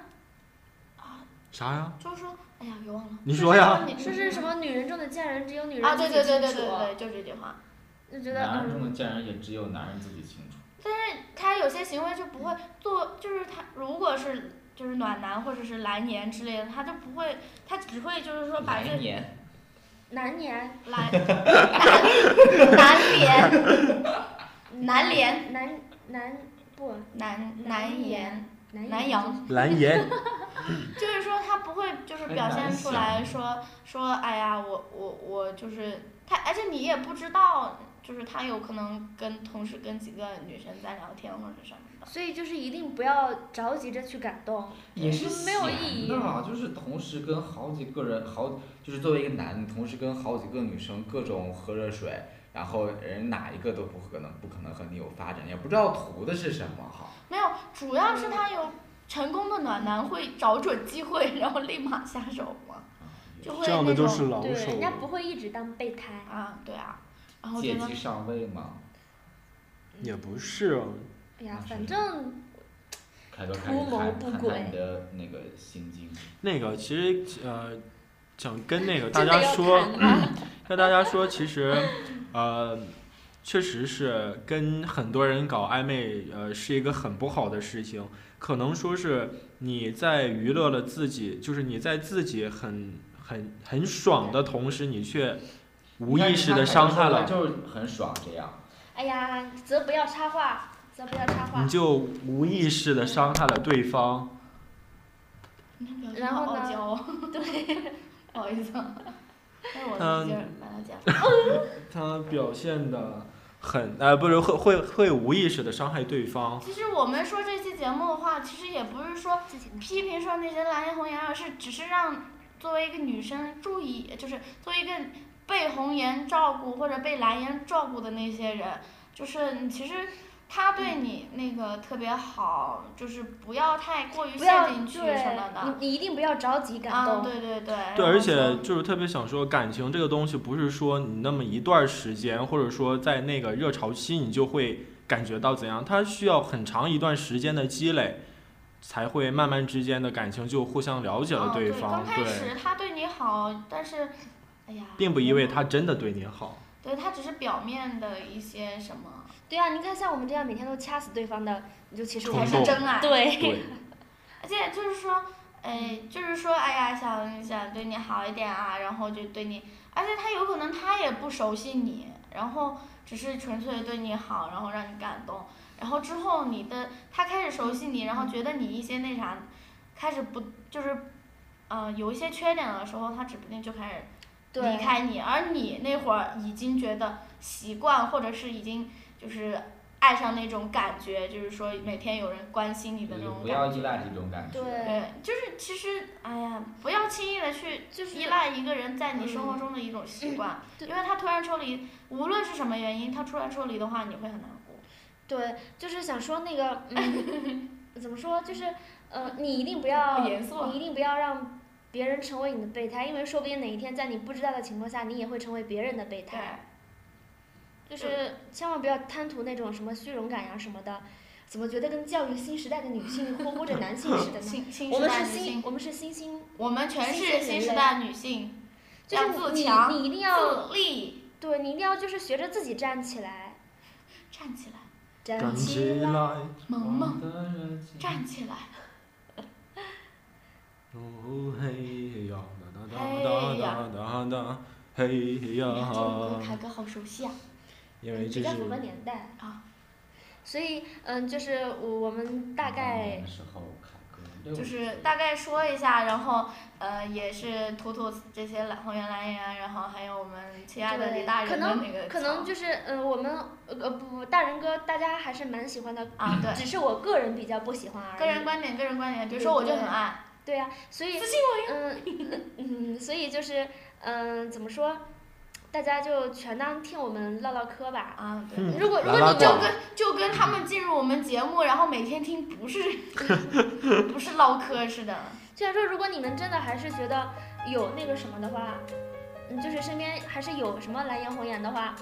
啥呀？
就是说，哎呀给忘了，
你说呀？
你
说是什么女人中的贱人，只有女人
嗯啊对对对对
自己清
对
楚
对，就这句话。
就觉得
男人
嗯，
中的贱人也只有男人自己清楚。
他有些行为就不会做，就是他如果是就是暖男或者是来年之类的，他就不会，他只会就是说把这
来年
男年
来 男男联男联
嗯男男不
男
男
男
言
言
男
男
阳
阳，
蓝颜，
就是说他不会就是表现出来说说哎呀我我我就是他，而且你也不知道就是他有可能跟同时跟几个女生在聊天或者什么的。
所以就是一定不要着急着去感动，
也是
没有
闲
意义
的啦，就是同时跟好几个人，好就是作为一个男的，同时跟好几个女生各种喝热水，然后人哪一个都不可能不可能和你有发展，也不知道图的是什么哈。
没有，主要是他有成功的暖男会找准机会，然后立马下手嘛，就
嗯
会
这样
那
的
种
都是老
对，
手
人。家不会一直当备胎。
啊，对啊，然后觉
借
得
机上位嘛，
也不是哦，
哎呀
那，是
反正
开头开
图
始
谋
看
不
看
轨
看你的那个心经，
那个其实呃，想跟那个大
真
家
的要
说，
谈吗？
跟大家说，其实，呃，确实是跟很多人搞暧昧，呃，是一个很不好的事情。可能说是你在娱乐了自己，就是你在自己很很很爽的同时，你却无
你看
意识的伤害
你看
了，
就是很爽这样。
哎呀，则不要插话，则不要插话
你。就无意识的伤害了对方。
嗯
然后呢
傲娇，对，不好 意思啊，但是我
嗯
的劲儿把它讲。
他表现的很，呃，不是会会会无意识的伤害对方。
其实我们说这期节目的话，其实也不是说
自己呢
批评说那些蓝颜红颜，而是只是让作为一个女生注意，就是作为一个被红颜照顾或者被蓝颜照顾的那些人，就是你其实他对你那个特别好，就是不要太过于
不
陷
要
进去什么
对，
的。
你你一定不要着急感
啊，
动。
对对对。
对，
然后
而且
说
就是特别想说，感情这个东西不是说你那么一段时间，或者说在那个热潮期你就会感觉到怎样，它需要很长一段时间的积累，才会慢慢之间的感情就互相了解了
哦
方，
刚开
对，
始他对你好，但是，哎呀，
并不意味他真的对你好。
对他只是表面的一些什么，
对啊，你看像我们这样每天都掐死对方的，你就其实我
才
冲
是
动
们
真爱。
对，
对，
而且就是说，哎，就是说，哎呀，想想对你好一点啊，然后就对你，而且他有可能他也不熟悉你，然后只是纯粹对你好，然后让你感动，然后之后你的他开始熟悉你，然后觉得你一些那啥，开始不就是，嗯、有一些缺点的时候，他指不定就开始离
对，
开你，而你那会儿已经觉得习惯，或者是已经就是爱上那种感觉，就是说每天有人关心你的那
就是
种
不
感
要
觉。
依赖这种感觉。
对，
对，就是其实，哎呀，不要轻易的去
就是
依赖一个人在你生活中的一种习惯，
对
因为他突然抽离，无论是什么原因，他突然抽离的话，你会很难过。
对，就是想说 那个，嗯，怎么说，就是，呃，你一定不要，
好严肃啊
你一定不要让别人成为你的备胎，因为说不定哪一天在你不知道的情况下，你也会成为别人的备
嗯对，
胎。就是千万不要贪图那种什么虚荣感呀、什么的，怎么觉得跟教育新时代的女性或或者男性似的呢？
新新
我
时
们
代
是
女
新，
性，
我们是新兴，
我们全
新
是
鲜
新
人
时
类
代女性，
就
要
是
自
你
强、
你一定要，
自立，
对你一定要就是学着自己站起来，
站起来，
站
感
起
起
来。
来，
萌萌，
萌
站起来。
哦嘿呀，哒
哎呀
哒哒哒哒哒，嘿
哎呀，这首歌
呀
凯，哥好熟悉啊！
因为
比
这
较
是
符合年代
啊。
所以，嗯，就是我我们大概
那时候凯哥
就是大概说一下，然后呃，也是吐吐这些蓝红原蓝颜，然后还有我们亲爱的
对
李大人的那个
可能
草
就是，嗯，我们呃不不，大人哥大家还是蛮喜欢的，
啊，对，
只是我个人比较不喜欢而已。
个人观点，个人观点，比如说我就很爱，
对呀、所以嗯嗯，所以就是嗯，怎么说，大家就全当听我们唠唠嗑吧。
啊，对，
嗯
如果如果
拉拉
你就
呱
就跟就跟他们进入我们节目，然后每天听不是不是唠嗑似的，
虽然说，如果你们真的还是觉得有那个什么的话，嗯，就是身边还是有什么蓝颜红颜的话，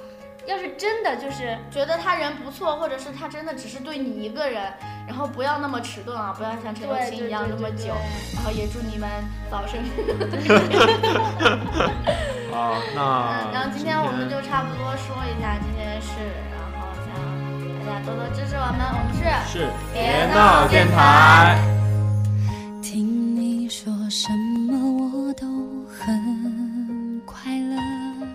要是真的就是
觉得他人不错，或者是他真的只是对你一个人，然后不要那么迟钝啊，不要像
对
陈
对
永
对
新一样那么久，
对
然后也祝你们早生
啊，那
嗯，然后今天我们就差不多说一下这些事，然后想大家多多支持我们，我们是
是
别闹电台。
听你说什么我都很快乐，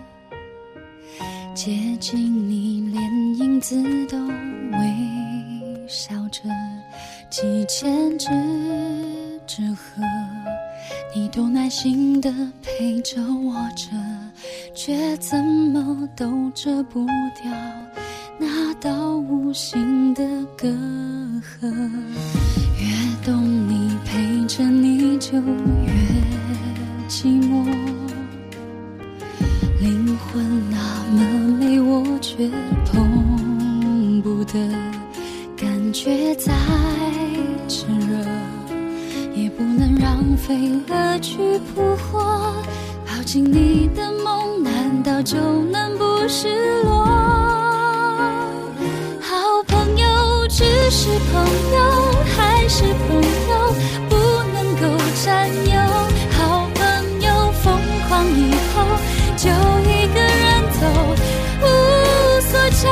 接近你连影子都微笑着，几千只纸鹤，你都耐心的陪着我着，却怎么都遮不掉那道无形的隔阂。越懂你，陪着你就越寂寞。灵魂那么美，我却碰不得，感觉再炽热，也不能让飞蛾去扑火。抱紧你的梦，难道就能不失落？好朋友只是朋友，还是朋友，不能够占有。好朋友疯狂以后，就一个人走，无所求。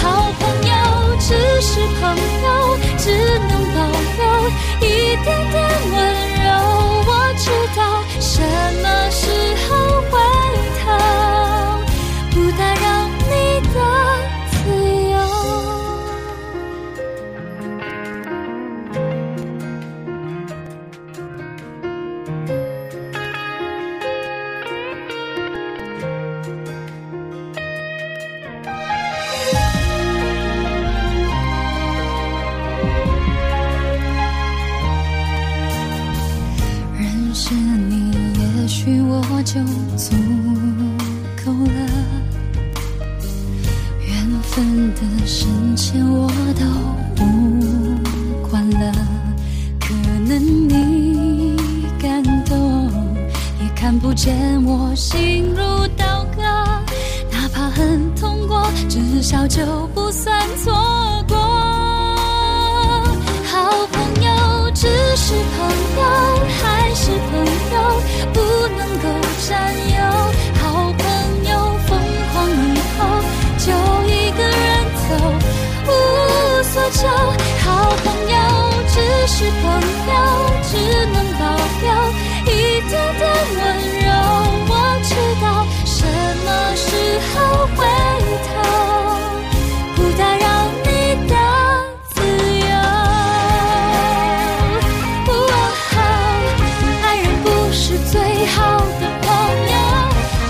好朋友只是朋友，只能保留一点点温柔。我知道什么时候回头，不打扰你的自由。认识你，也许我就足够了。缘分的深浅我都不管了，可能你感动，也看不见我心如刀割。哪怕很痛过，至少就不算错过。好朋友只是朋友，还是朋友，不能够占有。好朋友疯狂以后，就一个人走，无所求。好朋友只是朋友，只能保留一点点温柔。我知道什么时候回头，不打扰你的自由。爱人不是最好的朋友，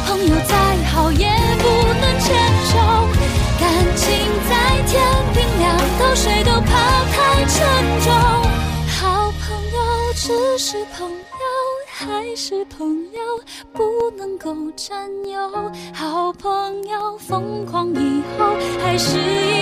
朋友再好也不能强求，感情再甜，冰凉到谁都怕太沉重。好朋友只是朋友，还是朋友，不能够占有。好朋友疯狂以后，还是一